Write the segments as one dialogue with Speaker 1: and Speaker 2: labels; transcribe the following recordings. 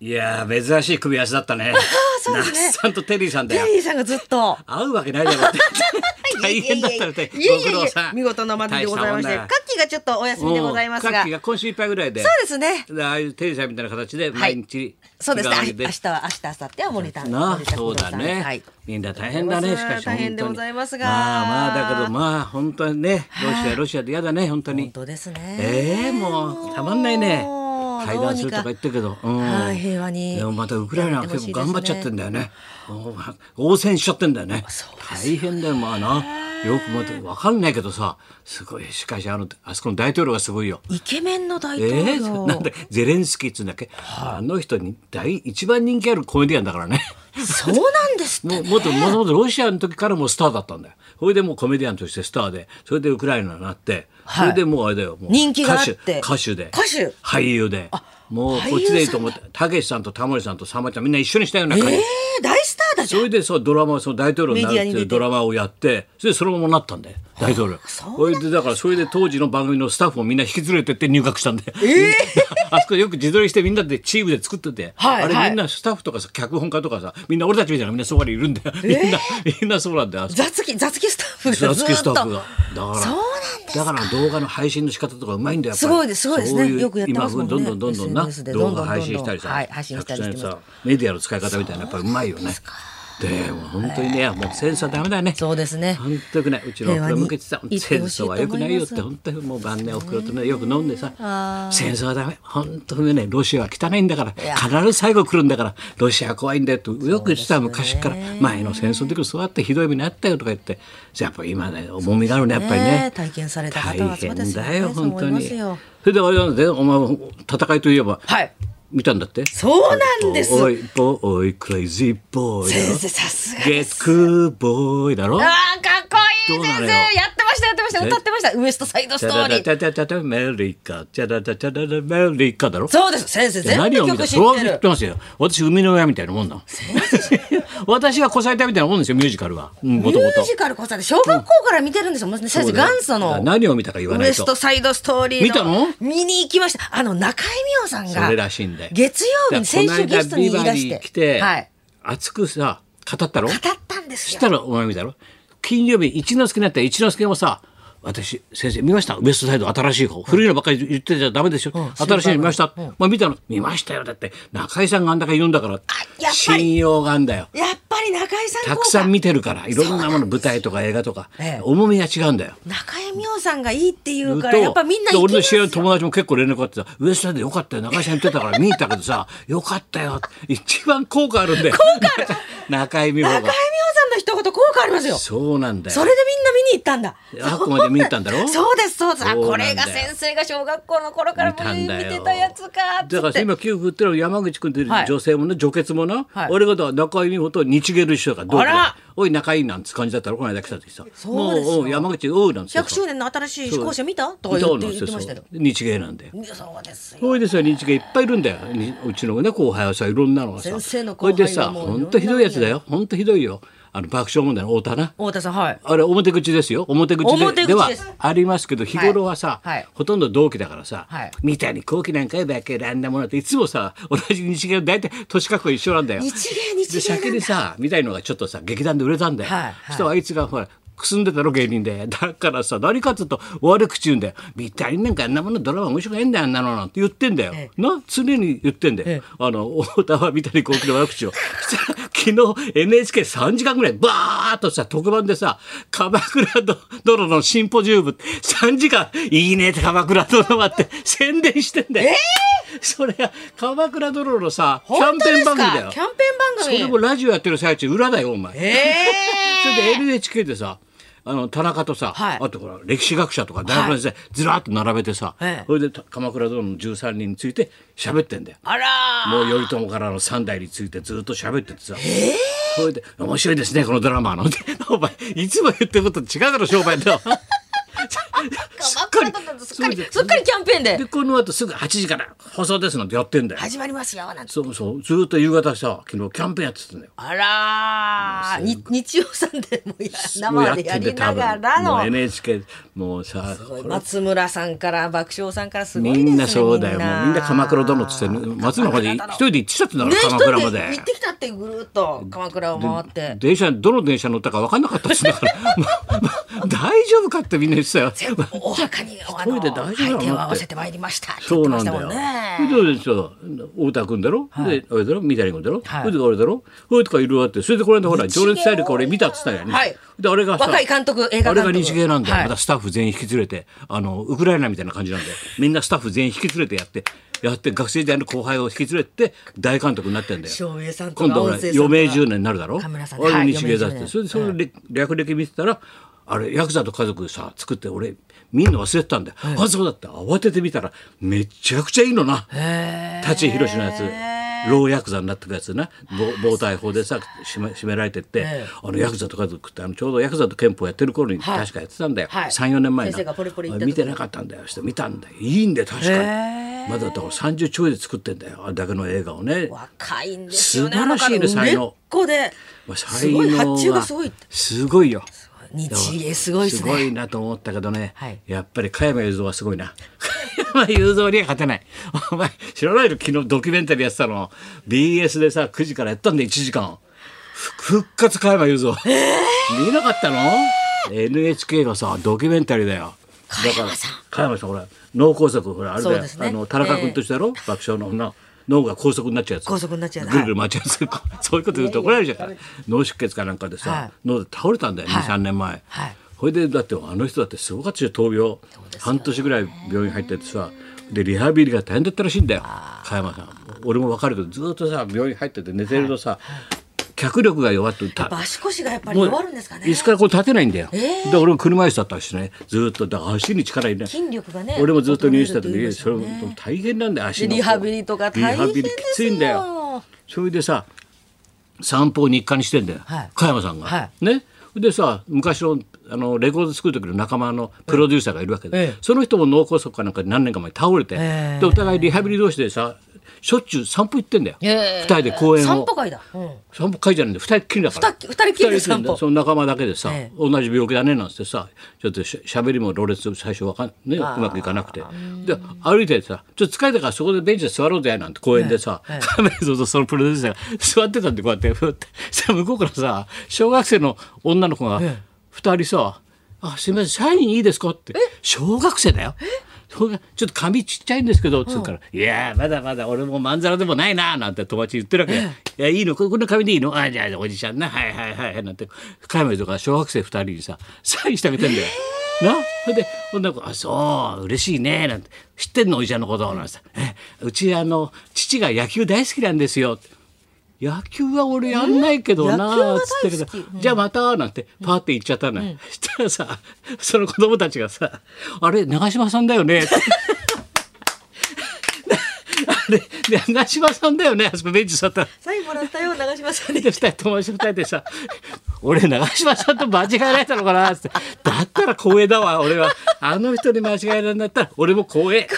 Speaker 1: いやー珍しい組み合わせだ ったね
Speaker 2: そうですね
Speaker 1: 那須さんとテリーさんだ
Speaker 2: テ
Speaker 1: よ
Speaker 2: リーさんがずっと。
Speaker 1: 会うわけないだろうって 大変だったらね
Speaker 2: いやいや
Speaker 1: ご
Speaker 2: い
Speaker 1: 苦
Speaker 2: や
Speaker 1: 労さん
Speaker 2: 見事なまででございまして、
Speaker 1: 大たも
Speaker 2: カッ
Speaker 1: んだ
Speaker 2: キーがちょっとお休みでございます
Speaker 1: うんカッ
Speaker 2: が。
Speaker 1: キー
Speaker 2: そう
Speaker 1: が今週いっぱいぐらいで
Speaker 2: ですね。
Speaker 1: でああいうテリーさんみたいな形で毎日
Speaker 2: そうですね。あ
Speaker 1: 日替わり
Speaker 2: 明日は明日明後日はモニター。
Speaker 1: なあ
Speaker 2: モニター
Speaker 1: そうだね、
Speaker 2: はい。
Speaker 1: みんな大変だねしかし
Speaker 2: 大変でございますが
Speaker 1: まあまあだけどまあ本当にねロシアロシアで嫌だね本当
Speaker 2: 本
Speaker 1: に
Speaker 2: 当ですね。
Speaker 1: ええもうたまんないね
Speaker 2: もう
Speaker 1: 会談するとか言ってるけど、
Speaker 2: うにかはい平和に
Speaker 1: でもまたウクライナは結構頑張っちゃってんだ
Speaker 2: だ。
Speaker 1: よねお応戦しちゃってんだよね
Speaker 2: そう
Speaker 1: 大変だよまあなよくまた分かんないけどさすごいしかしあのあそこの大統領がすごいよ
Speaker 2: イケメンの大
Speaker 1: え
Speaker 2: 統
Speaker 1: え
Speaker 2: 領。
Speaker 1: なんだゼレンスキーっつうんだっけ、あの人に大一番人気あるコメディアンだからね
Speaker 2: そうなんですって
Speaker 1: も
Speaker 2: ね。
Speaker 1: もともともとロシアの時からもうスターだったんだよ。それでもうコメディアンとしてスターで、それでウクライナになって、
Speaker 2: はい
Speaker 1: それでもうあれだよ、もう
Speaker 2: 人気があって
Speaker 1: 歌手歌手で、
Speaker 2: 歌手
Speaker 1: 俳優で、もうこっちでいいと思って、たけしさんとタモリさんとさまちゃんみんな一緒にしたような感じ。
Speaker 2: ええ大スターだじ ゃ
Speaker 1: そ
Speaker 2: ん。
Speaker 1: れでそうドラマその大統領になるって
Speaker 2: メディアに
Speaker 1: い
Speaker 2: 出
Speaker 1: う
Speaker 2: て
Speaker 1: ドラマをやってそれでそのままなったんだよ大統領それでだからそれで当時の番組のスタッフをみんな引き連れてって入学したんで、あそこよく自撮りしてみんなでチームで作ってて、
Speaker 2: はい
Speaker 1: あれ
Speaker 2: はい
Speaker 1: みんなスタッフとかさ脚本家とかさみんな俺たちみたいなみんなそばにいるんだよ、みんなみんなそうなんだよあそこ
Speaker 2: 雑き雑きスタッフがずっと。
Speaker 1: スキスタッフがだから
Speaker 2: そうなんです
Speaker 1: だから動画の配信の仕方とかうまいんだよやっぱり
Speaker 2: すごいですすごいですね
Speaker 1: そうう
Speaker 2: よくやってますもんね
Speaker 1: 今どんどんどんどんな
Speaker 2: SNS で
Speaker 1: 動画配信したりさ、
Speaker 2: どんどんどんどんはい配信したりしてます
Speaker 1: たくさんさメディアの使い方みたいなやっぱうまいよねでも本当にねもう戦争はダメだね
Speaker 2: そうですね。
Speaker 1: 本当よくないうちのおふくろ向けてさ
Speaker 2: 平和に
Speaker 1: 戦争はよくないよっ
Speaker 2: 言ってほしいと
Speaker 1: て本当
Speaker 2: 思います
Speaker 1: にもう晩年おふくろとねよく飲んでさ戦争はダメ本当にねロシアは汚いんだから
Speaker 2: や
Speaker 1: 必ず最後来るんだからロシアは怖いんだよとよく言ってた昔から前の戦争の時もそうやってひどい目にあったよとか言ってやっぱ今ね重みがあるねやっぱりね
Speaker 2: ね体験された方
Speaker 1: 大
Speaker 2: はそうで
Speaker 1: 変
Speaker 2: すよね
Speaker 1: だよ本当
Speaker 2: そう思いま
Speaker 1: に
Speaker 2: す
Speaker 1: そ
Speaker 2: よ
Speaker 1: れであれなんでお前戦いといえば
Speaker 2: はい。
Speaker 1: 見たんだって
Speaker 2: そうなんです
Speaker 1: おいボーイクレイジーボーイだろ
Speaker 2: 先生さすが
Speaker 1: ゲ
Speaker 2: で
Speaker 1: ッ
Speaker 2: す。
Speaker 1: クボーイだろ
Speaker 2: あーかっこいい
Speaker 1: ど
Speaker 2: 先
Speaker 1: うなのよ
Speaker 2: 生やってましたやってました
Speaker 1: え
Speaker 2: 歌ってましたウエストサイドス
Speaker 1: チャ
Speaker 2: ト
Speaker 1: ラ
Speaker 2: ーリ
Speaker 1: ラ
Speaker 2: ー
Speaker 1: チャチャチャチャメリカチャララチャララメリカだろ
Speaker 2: そうです先生全
Speaker 1: 何を
Speaker 2: 部
Speaker 1: 見た
Speaker 2: 曲知
Speaker 1: それは
Speaker 2: って
Speaker 1: 知っ
Speaker 2: る
Speaker 1: てますよ私生みの親みたいなもんだ私はこさえたみたいなもんですよミュージカルはうんも
Speaker 2: ミ
Speaker 1: とも
Speaker 2: ュー
Speaker 1: と
Speaker 2: ジカルこさで小学校から見てるんですよもうね先生元祖
Speaker 1: だから
Speaker 2: の
Speaker 1: 何を見たか言わ
Speaker 2: ウ
Speaker 1: ない
Speaker 2: エス
Speaker 1: と
Speaker 2: トサイドストーリー
Speaker 1: 見たの
Speaker 2: 見に行きましたあの中井美穂さん
Speaker 1: そ
Speaker 2: が
Speaker 1: れらしいんだよ
Speaker 2: 月曜日に先週ゲストにいらし
Speaker 1: だからこの間ビバリー
Speaker 2: て
Speaker 1: 来て、
Speaker 2: はい
Speaker 1: 熱くさ語ったろ
Speaker 2: 語ったんです
Speaker 1: し
Speaker 2: よ
Speaker 1: たらお前見たろ金曜日一之輔になったら一之輔もさ私先生見ましたウエストサイド新しい方古いのばっかり言ってちゃダメでしょ、新しいの見ました、まあ見たの見ましたよだって中居さんがあんだけ言うんだから
Speaker 2: やっぱり
Speaker 1: 信用があんだよ
Speaker 2: やっぱり中井さん
Speaker 1: た
Speaker 2: 効
Speaker 1: くさん
Speaker 2: 果
Speaker 1: 見てるからいろんなもの舞台とか映画とか、
Speaker 2: ええ
Speaker 1: 重みが違うんだよ
Speaker 2: 中井美穂さんがいいって言うから
Speaker 1: と
Speaker 2: やっぱみんな行き
Speaker 1: 俺
Speaker 2: ま
Speaker 1: の知
Speaker 2: す
Speaker 1: り合い
Speaker 2: よ
Speaker 1: の友達も結構連絡あってさ「ウエストランドよかったよ中井さん言ってたから見に行ったけどさよかったよ」一番効果あるんだよ効果ある 中井美
Speaker 2: 中井
Speaker 1: 穂
Speaker 2: 美穂
Speaker 1: が
Speaker 2: さんの一言効果ありますよ
Speaker 1: そうなんだよ
Speaker 2: それでみんな見に行ったんだ。
Speaker 1: あくまで見に行ったんだろ
Speaker 2: そうですそうです。あ
Speaker 1: そうな
Speaker 2: こ
Speaker 1: んだよ
Speaker 2: れが先生が小学校の頃から
Speaker 1: 見
Speaker 2: も
Speaker 1: たん
Speaker 2: 見
Speaker 1: だよ
Speaker 2: てたやつかっつって。
Speaker 1: だからさ今給付売ってる山口君っていう
Speaker 2: はい
Speaker 1: 女性もね女傑もな、
Speaker 2: はい
Speaker 1: 俺がだから中井美穂と日芸の一緒だからどう
Speaker 2: あら
Speaker 1: おい仲いいなんて感じだったらこの間来た時さ「
Speaker 2: そうですよ
Speaker 1: もうおう山口おう」なんて
Speaker 2: 100周年の新しい飛行車見たとか
Speaker 1: ど
Speaker 2: 言
Speaker 1: うな
Speaker 2: って
Speaker 1: ん
Speaker 2: 言ってまし
Speaker 1: す
Speaker 2: た
Speaker 1: よ
Speaker 2: よ。
Speaker 1: 日芸なんで
Speaker 2: いやそうですよ。
Speaker 1: そうですよ日芸いっぱいいるんだよにうちのね後輩はさいろんなのがさ
Speaker 2: 先生の後
Speaker 1: これ
Speaker 2: 輩は
Speaker 1: でさ
Speaker 2: もう
Speaker 1: 本当ひどいやつだよ本当ひどいよあの爆笑問題の太田な
Speaker 2: 太田さんはい。
Speaker 1: あれ表口ですよ表口で
Speaker 2: 表口です
Speaker 1: はありますけど日頃はさ、
Speaker 2: はいはい
Speaker 1: ほとんど同期だからさ、
Speaker 2: はい
Speaker 1: 三谷幸喜なんかよばっかりあんなものっていつもさ同じ日芸の大体年格好一緒なんだよ。
Speaker 2: 日芸
Speaker 1: で
Speaker 2: 日
Speaker 1: 先
Speaker 2: 芸なん
Speaker 1: に
Speaker 2: だ。
Speaker 1: さみたいのがちょっとさ劇団で売れたんだよ。
Speaker 2: はいはい
Speaker 1: そしたらあいつがほらくすんでたろ芸人でだからさ何かっつうと悪口言うんだよ「三谷なんかあんなものドラマ面白くないんだよあんなの」なんて言ってんだよ、
Speaker 2: え
Speaker 1: な常に言ってんだよ、あの太田は三谷幸喜の悪口を そしたら昨日 NHK3 時間ぐらいバーッとさ特番でさ「鎌倉殿のシンポジウム」3時間「いいね鎌倉殿 は」って宣伝してんだよ。それ鎌倉殿のさキャン
Speaker 2: 本
Speaker 1: ペ
Speaker 2: 当
Speaker 1: ー
Speaker 2: で
Speaker 1: ン
Speaker 2: すか
Speaker 1: 番組だよ
Speaker 2: キャンペ
Speaker 1: そ
Speaker 2: ーン
Speaker 1: れ
Speaker 2: 番組。
Speaker 1: もラジオやってる最中裏だよお前、
Speaker 2: え
Speaker 1: それ
Speaker 2: え。
Speaker 1: で NHK でさあの田中とさ、
Speaker 2: はい
Speaker 1: あとほら歴史学者とか大学の先生、ずらっと並べてさ、
Speaker 2: ええ
Speaker 1: それで鎌倉殿の13人について喋ってんだよ。
Speaker 2: あら
Speaker 1: もう頼朝からの三代についてずっと喋っててさ、それで「面白いですねこのド ラマ」なん てお前いつも言ってること違うだろ商売だよ。
Speaker 2: 鎌倉殿のっかりすっかりキャンペーン
Speaker 1: で
Speaker 2: で
Speaker 1: この後すぐ8時から放送ですなんてやってんだよ
Speaker 2: 始まりますよなんて
Speaker 1: そうそうずーっと夕方さ昨日キャンペーンやってたんだよ
Speaker 2: あらーに日曜さんでもや生でやりながら
Speaker 1: もう
Speaker 2: の
Speaker 1: NHK もうさ
Speaker 2: すごい松村さんから爆笑さんからすごいです
Speaker 1: み
Speaker 2: ね
Speaker 1: んなそうだよもうみんな鎌倉殿っつって
Speaker 2: ね
Speaker 1: 松の方で一人で行ってきちゃってんだから
Speaker 2: 一
Speaker 1: 鎌
Speaker 2: 人
Speaker 1: 倉ま
Speaker 2: で
Speaker 1: で
Speaker 2: 行ってきたってぐるっと鎌倉を回って
Speaker 1: 電車どの電車乗ったか分かんなかったっすだから まま大丈夫かってみんな言ってたよ
Speaker 2: 全部お墓にあ
Speaker 1: 人
Speaker 2: の
Speaker 1: で大丈夫なの
Speaker 2: 手を合わせてまいりましたって言
Speaker 1: そ
Speaker 2: って
Speaker 1: う
Speaker 2: ま
Speaker 1: な
Speaker 2: し
Speaker 1: ん
Speaker 2: た
Speaker 1: だ
Speaker 2: も
Speaker 1: よ。
Speaker 2: ん
Speaker 1: そ
Speaker 2: ね
Speaker 1: れでさ、太田君だろ、で、あれだろ、三谷君だろ、
Speaker 2: はい
Speaker 1: それであれだろ、それとかいろいろあって、それでこの間ほら、情熱大陸俺見たっつったよね。
Speaker 2: はい
Speaker 1: で、あれがさ、
Speaker 2: 若い監督映画監督
Speaker 1: あれが日芸なんだよ。
Speaker 2: はい
Speaker 1: またスタッフ全員引き連れて、あの、ウクライナみたいな感じなんだよ。みんなスタッフ全員引き連れてやって、やって、学生時代の後輩を引き連れて、大監督になってんだよ。
Speaker 2: 照明さんと
Speaker 1: 今
Speaker 2: か
Speaker 1: 度
Speaker 2: 音
Speaker 1: 俺
Speaker 2: 声さん
Speaker 1: 余命10年になるだろ
Speaker 2: カメラさん
Speaker 1: 俺も
Speaker 2: はい
Speaker 1: 日芸だっ
Speaker 2: 余
Speaker 1: て
Speaker 2: 命10年
Speaker 1: それでその略略歴見てたらあれヤクザと家族でさ作って俺見んの忘れてたんだよあそうだって慌てて見たらめちゃくちゃいいのな舘ひろしのやつ老ヤクザになってくやつなぼ暴対法でさ締め締められてって
Speaker 2: ええ
Speaker 1: あのヤクザと家族ってあのちょうどヤクザと憲法やってる頃に
Speaker 2: はい
Speaker 1: 確かやってたんだよ
Speaker 2: はい
Speaker 1: 34年前に
Speaker 2: 先生がポリポリ言ったとこ
Speaker 1: 見てなかったんだよして見たんだよいいんだよ確かに
Speaker 2: へ
Speaker 1: まだだから30兆円で作ってんだよあれだけの映画をね
Speaker 2: 若いんですよね
Speaker 1: 素晴らしいね
Speaker 2: あの方
Speaker 1: 才能
Speaker 2: 売れっ子で
Speaker 1: まあ
Speaker 2: す
Speaker 1: 才
Speaker 2: ごい
Speaker 1: 能は
Speaker 2: 発注がすごいって
Speaker 1: すごいよ
Speaker 2: 日芸すごいですす
Speaker 1: ご
Speaker 2: ね
Speaker 1: いなと思ったけどね、
Speaker 2: はい
Speaker 1: やっぱり加山雄三はすごいな加山雄三には勝てないお前知らないの昨日ドキュメンタリーやってたの BS でさ9時からやったんで1時間ふ復活加山雄三、見なかったの NHK がさドキュメンタリーだよ
Speaker 2: 加山さん
Speaker 1: 加山さんほら脳梗塞ほらあれだ
Speaker 2: そう
Speaker 1: よ、
Speaker 2: ですね
Speaker 1: あの田中君としてだろ、爆笑のな脳が梗塞になっちゃうやつ
Speaker 2: 高速になっちゃう
Speaker 1: ぐるぐる回っちゃうんですよ そういうこと言うと怒られちゃうから脳出血かなんかでさ、
Speaker 2: はい
Speaker 1: 脳で倒れたんだよ、
Speaker 2: はい
Speaker 1: 23年前、
Speaker 2: はい
Speaker 1: ほいでだってあの人だってすごかったよ闘病半年ぐらい病院入っててさでリハビリが大変だったらしいんだよ加山さん俺も分かるけどずーっとさ病院入ってて寝てるとさ、脚力が弱ってた
Speaker 2: 足腰がやっぱり
Speaker 1: もう
Speaker 2: 弱るんですかね
Speaker 1: 椅子からこう立てないんだよ、
Speaker 2: えー
Speaker 1: で俺も車椅子だったしねずーっとだから足に力入れない
Speaker 2: 筋力がね
Speaker 1: 俺もずっと入院してた時
Speaker 2: 衰える
Speaker 1: に
Speaker 2: って
Speaker 1: そ
Speaker 2: 言
Speaker 1: れ
Speaker 2: いますよね
Speaker 1: 大変なんだよ足の
Speaker 2: でリハビリとか大変
Speaker 1: リハビ
Speaker 2: で
Speaker 1: リき
Speaker 2: す
Speaker 1: ついんだよ
Speaker 2: よ
Speaker 1: それでさ散歩を日課にしてんだよ、
Speaker 2: はい
Speaker 1: 加山さんが。
Speaker 2: は
Speaker 1: ねでさ昔のあのレコード作る時の仲間のプロデューサーがいるわけで、
Speaker 2: ええ
Speaker 1: その人も脳梗塞かなんかで何年か前に倒れて、
Speaker 2: ええ
Speaker 1: でお互いリハビリ同士でさしょっちゅう散歩行ってんだよ、二
Speaker 2: ええ
Speaker 1: 人で公園を
Speaker 2: 散歩会だうん
Speaker 1: 散歩会じゃないんで二人っきりだから
Speaker 2: 二人二人っきりで
Speaker 1: 二人っ
Speaker 2: 散歩
Speaker 1: きりだその仲間だけでさ、
Speaker 2: ええ
Speaker 1: 同じ病気だねなんつってさちょっとしゃべりもろれつ最初わかんねうまくいかなくてで歩いててさ「ちょっと疲れたからそこでベンチで座ろうぜ」なんて公園でさ、カメラとそのプロデューサーが座ってたんでこうやってふってさ向こうからさ小学生の女の子が二人さ「あすみませんサインいいですか?」って小学生だよ。それがちょっと髪ちっちゃいんですけど」っつうから「いやーまだまだ俺もまんざらでもないな」なんて友達言ってるわけ「いやいいのここんな髪でいいのあじゃあおじちゃんなはいはいはい」なんて加山とか小学生2人にさサインしてあげてんだよ。なそれで女の子「あそう嬉しいね」なんて「知ってんのおじちゃんのこと」なんてさえうちあの父が野球大好きなんですよ」って野球は俺やんないけど
Speaker 2: え野球
Speaker 1: な
Speaker 2: は
Speaker 1: っつって
Speaker 2: 大
Speaker 1: る
Speaker 2: 好
Speaker 1: け
Speaker 2: き
Speaker 1: ど、じゃあまたなんてパーって行っちゃったのよ、 そしたらさその子供たちがさ「あれ長嶋さんだよね」ってあれ長嶋さんだよねあそこベンチ座ったら。
Speaker 2: サインもらったよ長嶋さんに
Speaker 1: で二人友達二人でさ「俺長嶋さんと間違えられたのかな」っつって「だったら光栄だわ俺はあの人に間違えられんだったら俺も光栄」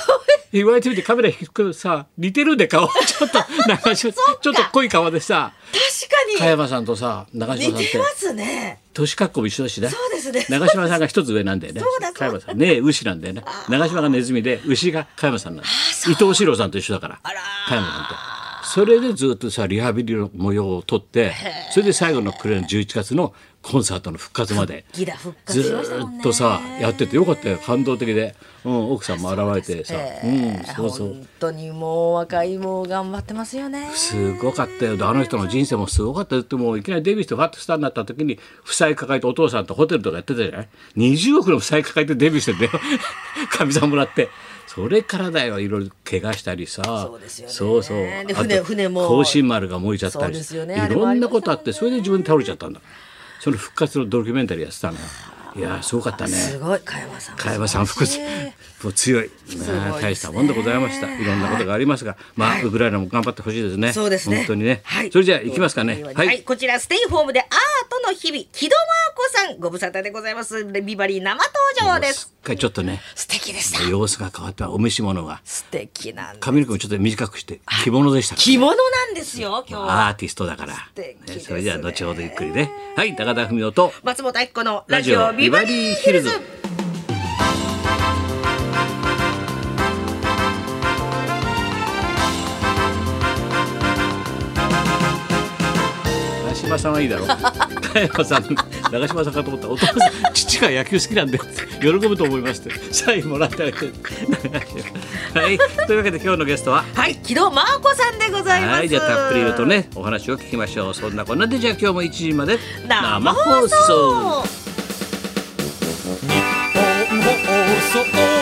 Speaker 1: 言われてみてカメラ引くとさ似てるんで顔ちょっと長嶋ちょっと濃い顔でさ
Speaker 2: 確
Speaker 1: 加
Speaker 2: か
Speaker 1: 山さんとさ長
Speaker 2: に
Speaker 1: 嶋さんっ
Speaker 2: 似て
Speaker 1: て
Speaker 2: ますね
Speaker 1: 年格好も一緒だしね
Speaker 2: そうですね
Speaker 1: 長嶋さんが一つ上なんだよね
Speaker 2: そうだそうだ
Speaker 1: 加山さんねえ牛なんだよね長嶋がネズミで牛が加山さんなんだ伊藤四郎さんと一緒だから
Speaker 2: あらー
Speaker 1: 加山さんとそれでずっとさリハビリの模様を撮ってそれで最後の暮れの11月のコンサートの復活まで
Speaker 2: ギラ復
Speaker 1: ず
Speaker 2: 活しましたもん
Speaker 1: ー
Speaker 2: ね
Speaker 1: っとさやっててよかったよ感動的で、うん、奥さんも現れてさうんそうそう
Speaker 2: 本当にもう若いもう頑張ってますよね
Speaker 1: すごかったよであの人の人生もすごかったよってもういきなりデビューしてファッとスターになった時に負債抱えてお父さんとホテルとかやってたじゃない20億の負債抱えてデビューしてんだ よかみさんもらってそれからだよいろいろ怪我したりさ
Speaker 2: うですよね
Speaker 1: そうそう
Speaker 2: で
Speaker 1: あと
Speaker 2: 船船も
Speaker 1: 庚申丸が燃えちゃった
Speaker 2: そう
Speaker 1: り
Speaker 2: ですよね
Speaker 1: いろんなことあってそれで自分倒れちゃったんだその復活のドキュメンタリーやってたのよいやすごかったね
Speaker 2: すごい加山さん
Speaker 1: 加山さん福
Speaker 2: 素
Speaker 1: さ
Speaker 2: 晴らしい
Speaker 1: ん強い
Speaker 2: すごいですね
Speaker 1: 大したもんでございましたいろんなことがありますがまあ、ウクライナも頑張ってほしいですね
Speaker 2: そうですね。
Speaker 1: 本当にね、
Speaker 2: はい。
Speaker 1: それじゃあ行きますかね
Speaker 2: はい、
Speaker 1: はい、
Speaker 2: こちらステイホームでアートの日々、木戸真子さんご無沙汰でございます。レビバリー生登場です。
Speaker 1: 一回ちょっとね
Speaker 2: 素敵でした。
Speaker 1: 様子が変わったお召し物が
Speaker 2: 素敵なんだ。
Speaker 1: 髪の毛もちょっと短くして着物でしたから
Speaker 2: 着物なんですよ今日は。
Speaker 1: アーティストだから、
Speaker 2: 敵ですね
Speaker 1: ねそれじゃあ後ほどゆっくりねはい高田文夫と
Speaker 2: 松本明子のラ
Speaker 1: ラ
Speaker 2: ジ
Speaker 1: ジ
Speaker 2: オ
Speaker 1: オ
Speaker 2: ビ
Speaker 1: ビ
Speaker 2: バ
Speaker 1: バ
Speaker 2: リ
Speaker 1: リ
Speaker 2: ー
Speaker 1: ー
Speaker 2: ヒ
Speaker 1: ヒ
Speaker 2: ル
Speaker 1: ル
Speaker 2: ズ
Speaker 1: ズ。長嶋さんはいいだろ う加山さん長嶋さんかと思ったお父さん父が野球好きなんで喜ぶと思いますってサインもらってあげてはいというわけで今日のゲストは
Speaker 2: はい木戸真子さんでございます。
Speaker 1: はいじゃあたっぷり言うとねお話を聞きましょうそんなこんなでじゃあ今日も1時まで
Speaker 2: 生放送。
Speaker 1: 日本放送